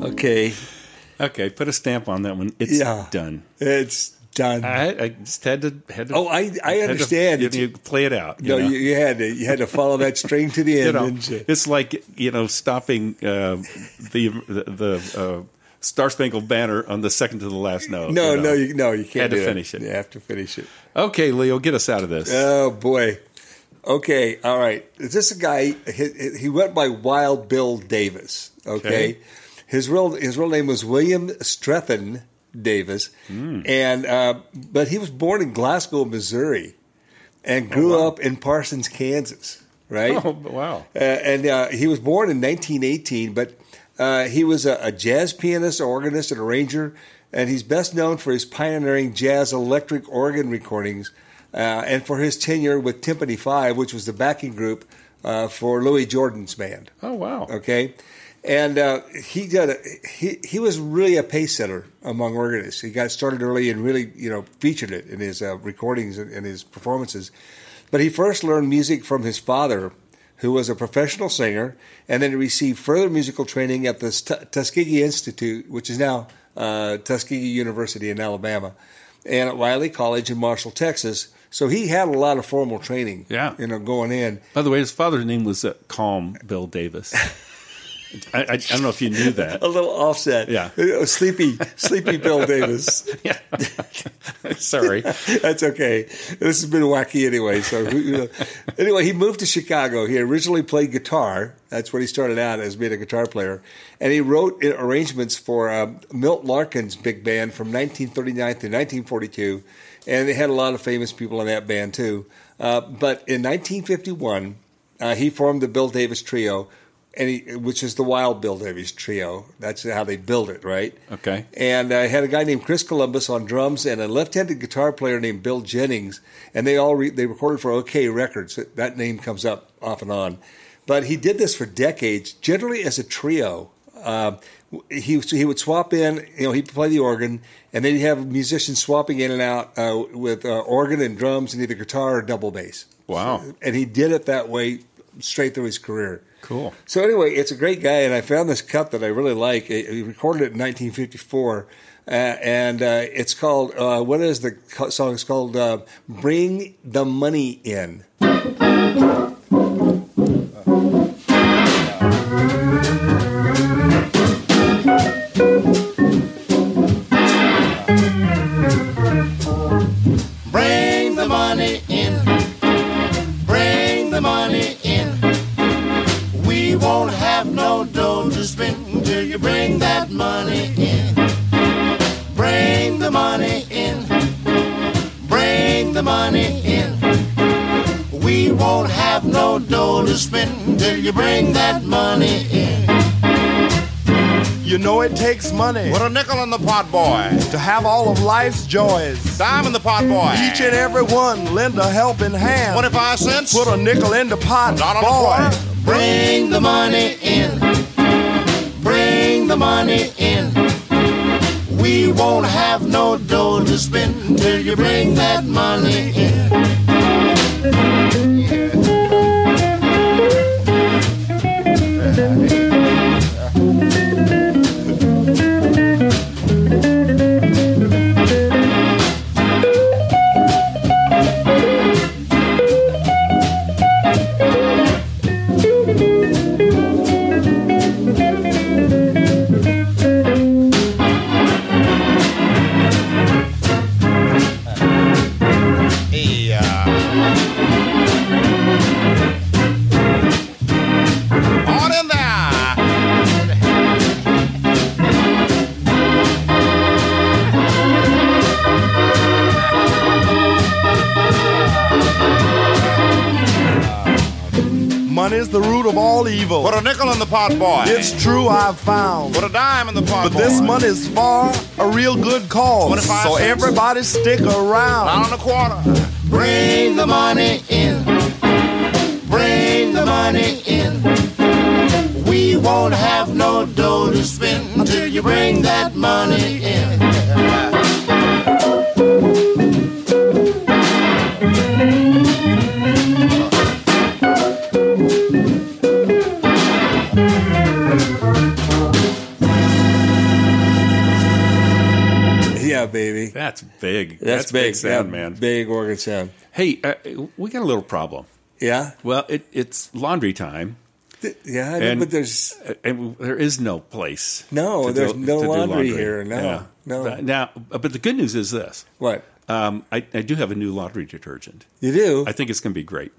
Okay.
Okay, put a stamp on that one. It's
Yeah.
done.
It's done.
I, I just had to, had to.
Oh, I- I
had to-
understand.
you- you play it out. you
no,
know?
you, you had to you had to follow that string to the end.
you know,
didn't you?
it's like you know stopping uh, the the, the uh, Star Spangled Banner on the second to the last note.
No,
you know.
no, you, no, you can't
Had to
do
finish it.
You have to finish it.
Okay, Leo, get us out of this.
Oh boy. Okay, all right. Is This guy he, he went by Wild Bill Davis. Okay,
Okay.
his real his real name was William Strethan Davis,
Hmm.
and uh, but he was born in Glasgow, Missouri, and grew up in Parsons, Kansas. Right.
Oh, wow.
Uh, and uh, he was born in 1918, but uh, he was a, a jazz pianist, organist, and arranger, and he's best known for his pioneering jazz electric organ recordings uh, and for his tenure with Timpani Five, which was the backing group uh, for Louis Jordan's band.
Oh, wow.
Okay, and uh, he did. A, he he was really a pace setter among organists. He got started early and really you know featured it in his uh, recordings and, and his performances. But he first learned music from his father, who was a professional singer, and then he received further musical training at the Tus- Tuskegee Institute, which is now uh, Tuskegee University in Alabama, and at Wiley College in Marshall, Texas. So he had a lot of formal training,
Yeah.
you know, going in.
By the way, his father's name was uh, Calm Bill Davis. I, I, I don't know if you knew that.
A little offset, Uh,
Yeah.
Sleepy, sleepy Bill Davis.
yeah. Sorry.
That's okay. This has been wacky anyway. So anyway, he moved to Chicago. He originally played guitar. That's where he started out as being a guitar player, and he wrote uh, arrangements for um, Milt Larkin's big band from 1939 to 1942, and they had a lot of famous people in that band too. Uh, but in 1951, uh, he formed the Bill Davis Trio. And he, which is the Wild Bill Davis trio. That's how they build it, right?
Okay.
and I had a guy named Chris Columbus on drums and a left-handed guitar player named Bill Jennings, and they all re- they recorded for OK Records. That name comes up off and on, but he did this for decades, generally as a trio. Um he he would swap in, you know, he'd play the organ, and then he'd have musicians swapping in and out uh, with uh, organ and drums and either guitar or double bass.
Wow.
And he did it that way straight through his career.
Cool.
So anyway, it's a great guy, and I found this cut that I really like. He recorded it in 1954, uh, and uh, it's called. Uh, what is the co- song? It's called uh, "Bring the Money In."
Bring the money in. Bring the money in. We won't have no dough to spend until you bring that money in. Bring the money in. Bring the money in. We won't have no dough to spend until you bring that money in. You know it takes money.
Put a nickel in the pot, boy.
to have all of life's joys.
Dime in the pot, boy.
Each and every one lend a helping hand.
25 cents.
Put a nickel in the pot,
Dollar and a
boy. Bring the money in. Bring the money in. We won't have no dough to spend until you bring that money in.
Hey,
money's the root of all evil.
Put a nickel in the pot boy.
It's true, I've found.
Put a dime in the pot
But
boy.
this money's for a real good cause.
25
So
cents.
everybody stick
Pound
around.
and a quarter.
Bring the money in. Bring the money in. We won't have no dough to spend until you bring that money in.
Yeah, baby.
That's big.
That's, big.
sound,
yeah,
man.
Big organ sound.
Hey, uh, we got a little problem.
Yeah.
Well, it, it's laundry time.
Th- Yeah, I know,
And,
but there's
and there is no place.
No,
to
there's
do-
no
to do
laundry here, no, no.
But now, uh, but the good news is this:
what
um, I, I do have a new laundry detergent.
you do.
I think it's going to be great.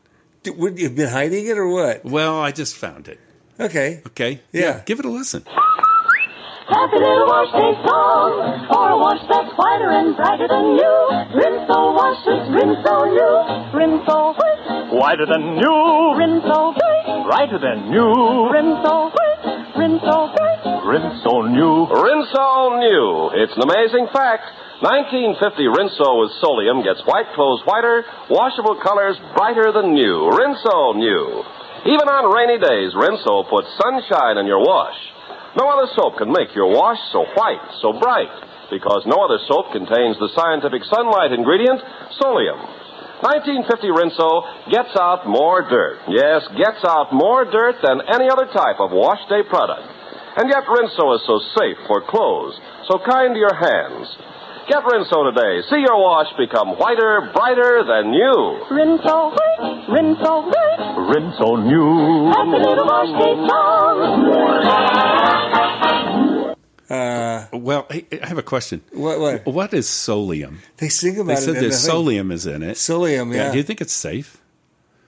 D- Would you've been hiding it or what?
Well, I just found it.
Okay.
Okay.
Yeah.
Give it a listen.
Happy little wash day song for a wash that's whiter and brighter than new. Rinso oh, wash is Rinso new. oh, Rinso white. Whiter than new. Rinso bright. Brighter than new. Rinso white. Rinso bright.
Rinso new. Rinso new. It's an amazing fact. 1950 Rinso with Solium gets white clothes whiter, washable colors brighter than new. Rinso new. Even on rainy days, Rinso puts sunshine in your wash. No other soap can make your wash so white, so bright, because no other soap contains the scientific sunlight ingredient, Solium. 1950 Rinso gets out more dirt. Yes, gets out more dirt than any other type of wash day product. And yet Rinso is so safe for clothes, so kind to your hands. Get Rinso today. See your wash become whiter, brighter than new.
Rinso white. Rinso bright.
Rinso new.
oh, Happy little wash day song.
Uh,
well, hey, I have a question.
What? What?
What is solium?
They sing
They
about it.
said
in
that
the thing.
solium is in it.
Solium, yeah.
Do you think it's safe?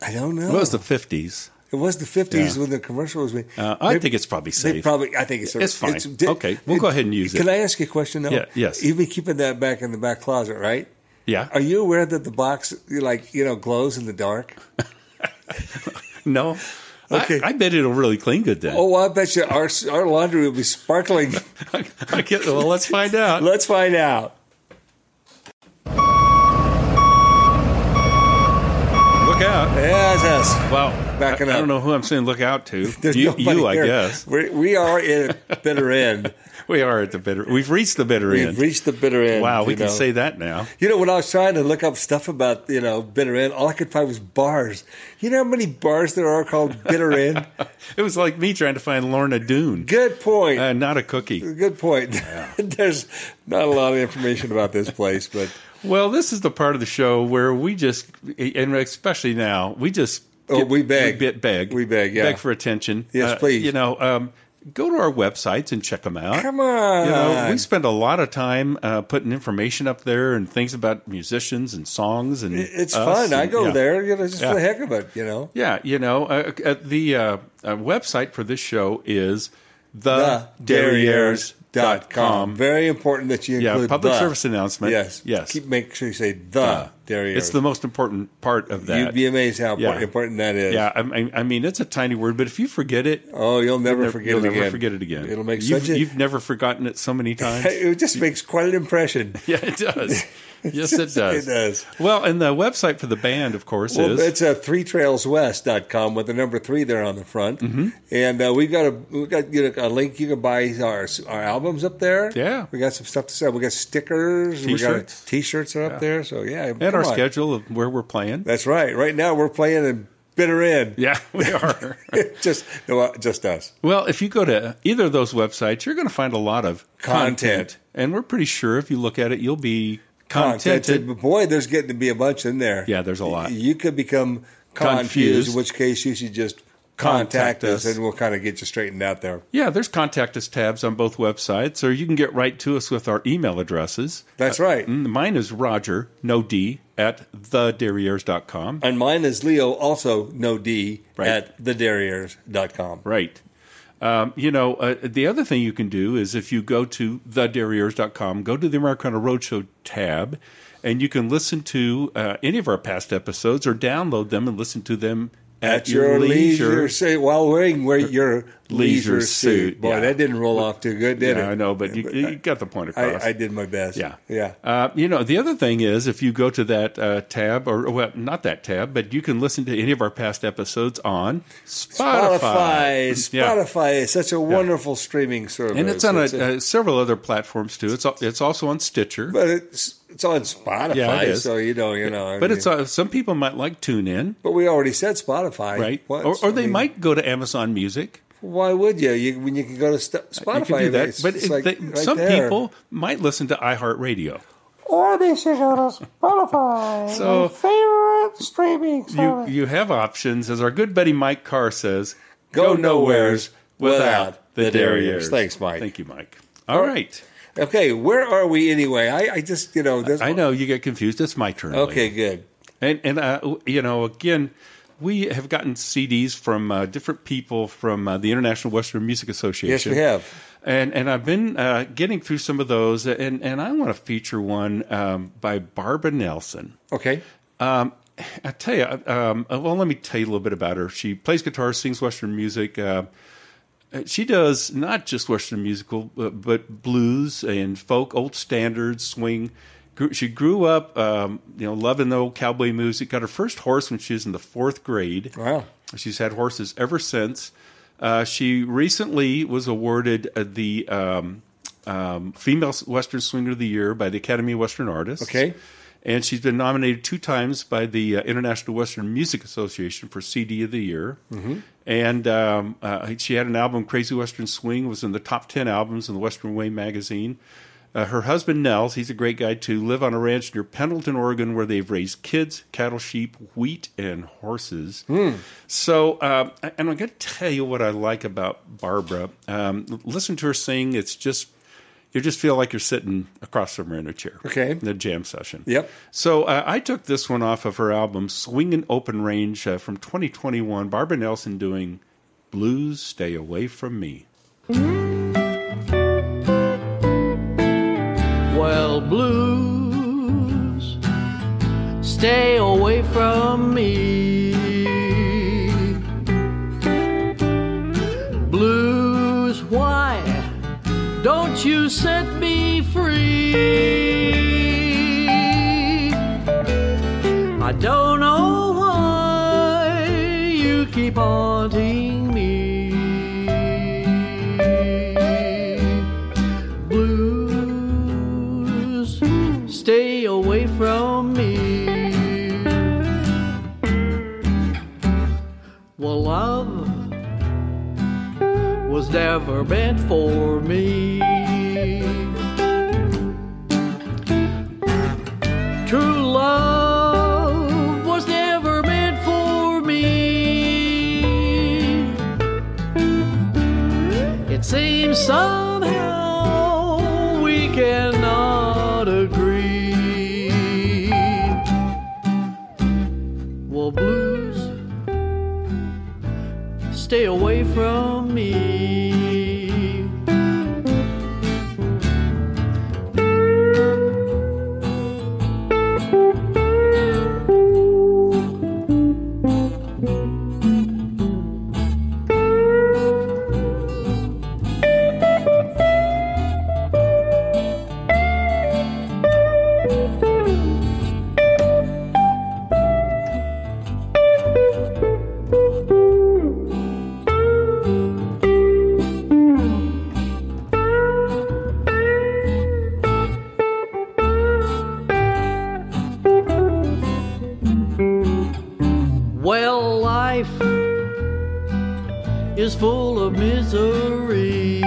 I don't know.
Well, it was the fifties.
It was the fifties
Yeah.
when the commercial was made.
Uh, I
They-
think it's probably
they
safe.
probably. I think it's.
It's fine.
di-
Okay, we'll go ahead and use it.
Can I ask you a question though?
Yeah, yes.
You've been keeping that back in the back closet, right?
Yeah.
Are you aware that the box, like you know, glows in the dark?
No.
Okay.
I, I bet it'll really clean good then.
Oh, I bet you our our laundry will be sparkling.
I get, well, let's find out.
Let's find out.
Look out.
Yeah, it's us.
Well,
Backing
I, I
up.
don't know who I'm saying look out to.
There's
you,
nobody
you I
here.
guess.
We're, we are in a bitter end.
We are at the bitter. We've reached the bitter
We've
end.
reached the bitter end.
wow, we
you
can
know.
say that now.
You know, when I was trying to look up stuff about, you know, Bitter End, all I could find was bars. You know how many bars there are called Bitter End?
It was like me trying to find Lorna Doone.
Good point.
Uh, not a cookie.
Good point. There's not a lot of information about this place, but
Well, this is the part of the show where we just, and especially now, we just.
Oh, we beg.
We bit- beg.
We beg, yeah.
Beg for attention. Uh,
Yes, please.
You know, um, go to our websites and check them out.
come on.
You know, we spend a lot of time uh, putting information up there and things about musicians and songs, and
it's
us
fun.
and-
I go
Uh, yeah.
there, you know, just
Yeah.
for the heck of it, you know.
Yeah, you know, uh, uh, the uh, uh, website for this show is the,
dot com. Very important that you
Yeah,
include
public
the.
service announcement.
Yes,
yes.
Keep make sure you say the
Uh,
Derriers.
It's the most important part of that.
You'd be amazed how
Yeah.
important that is.
yeah, I, I- I mean, it's a tiny word, but if you forget it,
Oh, you'll never
you'll
forget
you'll
it
never
again.
forget it again.
It'll make
you've,
such a-
you've never forgotten it so many times.
it just makes quite an impression.
yeah, it does. Yes, it does.
It does.
Well, and the website for the band, of course,
Well,
is
it's uh, three trailswest.com with the number three there on the front.
Mm-hmm.
And uh, we've got a we got you know, a link you can buy our our albums up there.
Yeah.
We got some stuff to sell. We got stickers, we got
T-shirts.
t-shirts are up
Yeah.
there. So yeah, come
and our
on.
schedule of where we're playing.
That's right. Right now we're playing in bitter end.
Yeah, we are.
just no, uh, just us.
Well, if you go to either of those websites, you're going to find a lot of
Content.
content. And we're pretty sure if you look at it, you'll be contented.
Contented. But boy, there's getting to be a bunch in there.
Yeah, there's a lot.
You could become confused,
Confused.
in which case you should just contact,
Contact
us.
us.
and we'll kind of get you straightened out there.
Yeah, there's contact us tabs on both websites, or you can get right to us with our email addresses.
That's right.
Mm, Mine is Roger, no D, at thederriers.com.
And mine is Leo, also no D,
Right.
at thederriers.com.
Right. Um, you know, uh, the other thing you can do is if you go to thederriers.com, go to the Americana Roadshow tab, and you can listen to uh, any of our past episodes or download them and listen to them at, your, leisure.
say, while wearing wear your
leisure
leisure
suit.
suit. Boy,
Yeah.
that didn't roll off too good, did
yeah,
it?
I know, but you, you got the point across.
I, I did my best.
Yeah.
yeah.
Uh, you know, the other thing is if you go to that uh, tab, or well, not that tab, but you can listen to any of our past episodes on Spotify.
Spotify, Spotify
Yeah.
is such a wonderful streaming service,
And it's on a,
a-
uh, several other platforms too. It's al- it's also on Stitcher.
but it's it's on Spotify,
Yeah, it is.
so you know, you know. I
But
mean-
it's uh, some people might like TuneIn,
but we already said Spotify,
right?
once.
Or, or they
I mean,
might go to Amazon Music.
Why would you? you? When you can go to st- Spotify,
you can do that.
it's-
but
it's
it-
like
they-
right
some
there. Oh,
people might listen to iHeartRadio.
Or they should go to Spotify.
So-
my favorite streaming
You
Oh.
service.
you have options, as our good buddy Mike Carr says.
Go nowheres
without
without
the
the
derriers.
derriers. Thanks, Mike.
Thank you, Mike. All right.
Okay, where are we anyway? I, I just you know this.
I know you get confused. It's my turn.
Okay,
Lee.
good.
And and uh, you know again, we have gotten CDs from uh, different people from uh, the International Western Music
Yes,
Association.
we have.
And and I've been uh, getting through some of those, and and I want to feature one um, by Barbara Nelson.
Okay.
Um, I tell you, um, well, let me tell you a little bit about her. She plays guitar, sings Western music. Uh, she does not just Western musical, but, but blues and folk, old standards, swing. Grew- She grew up, um, you know, loving the old cowboy music. Got her first horse when she was in the fourth grade.
Wow.
She's had horses ever since. Uh, she recently was awarded uh, the um, um, Female Western Swinger of the Year by the Academy of Western Artists.
Okay.
And she's been nominated two times by the uh, International Western Music Association for CD of the Year. And um, uh, she had an album, Crazy Western Swing, was in the top 10 albums in the Western Way magazine. Uh, her husband, Nels, he's a great guy too, live on a ranch near Pendleton, Oregon, where they've raised kids, cattle, sheep, wheat, and horses. So, um, and I'm going to tell you what I like about Barbara. Um, l- listen to her sing. It's just, you just feel like you're sitting across from her in a chair.
Okay.
In a jam session.
Yep.
So uh, I took this one off of her album Swing and Open Range uh, from 2021. Barbara Nelson doing Blues Stay Away From Me.
Well, blues, stay away from me. Blues, why don't you set me free? I don't know why you keep haunting me. Blues, stay away from me. Well, love was never meant for me. True love was never meant for me. It seems somehow we cannot agree. Well, blues, stay away from me. Well, life is full of misery.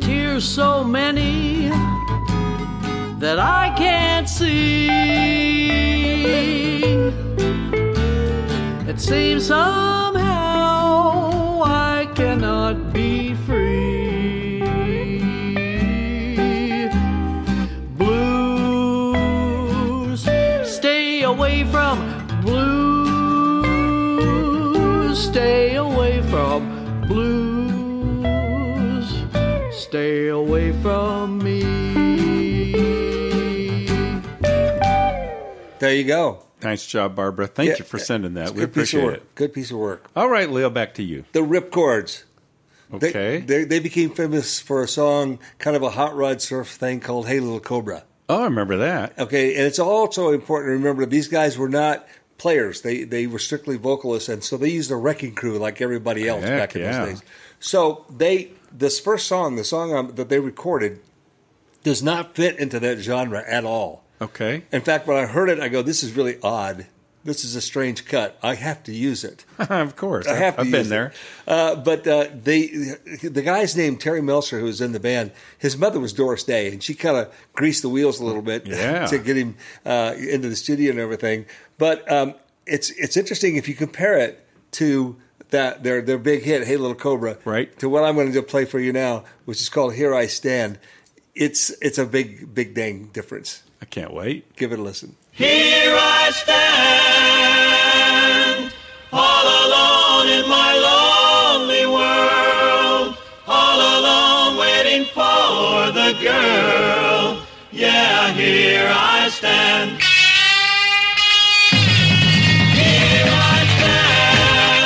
Tears so many that I can't see. It seems somehow I cannot be free. Blues, stay away from blues, stay away from blues, stay away from me.
There you go.
Nice job, Barbara. Thank you for sending that.
It's a
We
good piece of
appreciate
work.
it.
Good piece of work.
All right, Leo, back to you.
The Ripcords.
Okay.
They, they, they became famous for a song, kind of a hot rod surf thing called Hey Little Cobra.
Oh, I remember that.
Okay, and it's also important to remember that these guys were not players. They they were strictly vocalists, and so they used a wrecking crew like everybody else
Heck,
back in
yeah.
those days. So they this first song, the song um, that they recorded, does not fit into that genre at all.
Okay.
In fact, when I heard it, I go, "This is really odd. This is a strange cut. I have to use it."
of course.
I have to
I've
use
been
it.
there.
Uh, but uh, they, the guy's named Terry Melser, who was in the band. His mother was Doris Day, and she kind of greased the wheels a little bit
Yeah.
to get him uh, into the studio and everything. But um, it's it's interesting if you compare it to that their their big hit, "Hey Little Cobra," right? To what I'm going to play for you now, which is called "Here I Stand." It's it's a big big dang difference.
I can't wait.
Give it a listen.
Here I stand, all alone in my lonely world, all alone waiting for the girl. Yeah, here I stand. Here I stand,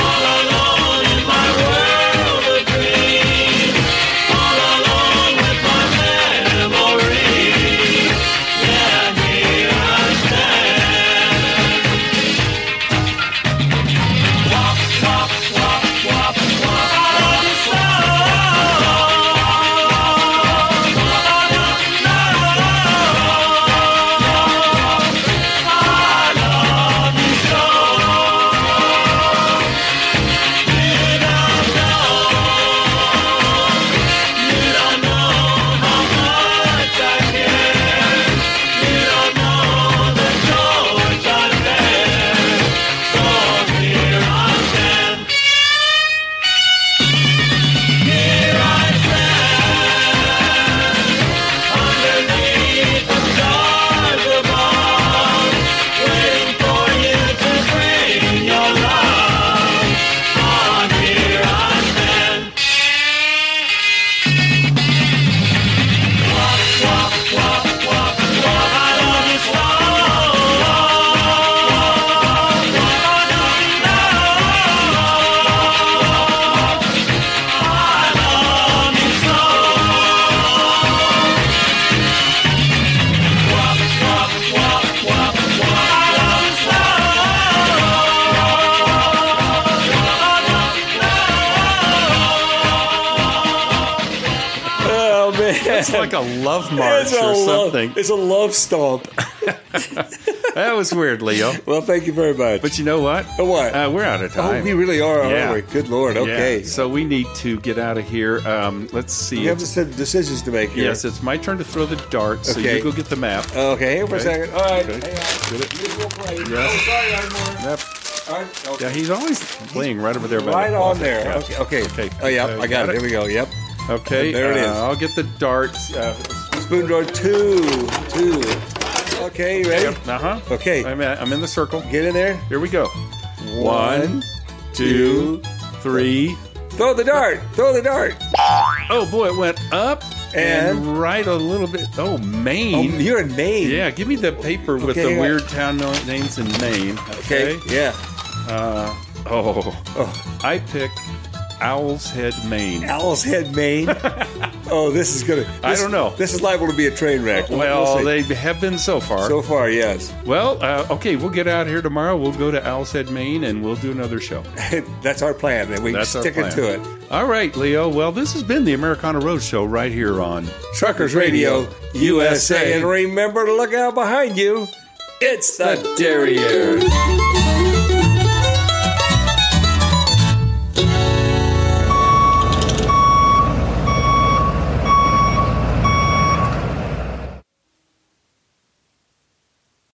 all alone in my world of dreams, all alone with my memories. Yeah, here I stand. Wop, wop, wop, wop, wop. Out of sound. Out of sound. Out of sound. You don't know. You don't know how much I care. You don't know the joys I bear. So here I stand. Here I stand. Underneath the stars above, waiting for you to bring your love. Ah, here I stand. Wop, wop, wop, wop, wop. I love you so.
Oh man,
It's like a love march
It's a
or
love-
something.
it's a love stomp.
that was weird, Leo.
Well, thank you very much. Oh,
But you know what?
What?
Uh, we're out of time.
Oh, we really are, aren't we? Good Lord,
Yeah.
okay.
So we need to get out of here. Um, let's see.
We have
It's-
some decisions to make here.
Yes, it's my turn to throw the dart. So
Okay.
you go get the map.
Okay, hang on for a second. All right,
Okay.
hang on.
Get it.
Usual play.
Yeah.
Oh, sorry, Ardmore.
Yep.
All right, okay.
Yeah, he's always playing right over there. By the
Right on
closet.
there.
Yeah.
Okay, okay. Oh, yeah,
Uh,
I got it. Here we go. Yep.
Okay.
There it
uh,
is.
I'll get the darts. Uh,
Spoon drawer two, two. Okay, you ready?
Uh huh.
Okay.
I'm, at, I'm in the circle.
Get in there.
Here we go.
One,
One, two, three.
Throw the dart. Throw the dart.
Oh boy, it went up and, right a little bit. Oh, Maine.
Oh, you're in Maine.
Yeah, give me the paper with
Okay,
the
yeah.
weird town no- names in Maine. Okay.
Yeah.
Uh, oh. I picked Owl's Head, Maine.
Owl's Head, Maine. oh, this is gonna.
I
this-
don't know.
This is liable to be a train wreck.
Well,
see.
they have been so far.
so far, yes.
well, uh, okay, we'll get out here tomorrow. We'll go to Owl's Head, Maine, and we'll do another show.
That's our plan, and we
That's our
stick
plan.
to it.
All right, Leo. Well, this has been the Americana Road Show right here on
Truckers Radio USA, and remember to look out behind you. It's the Derriers.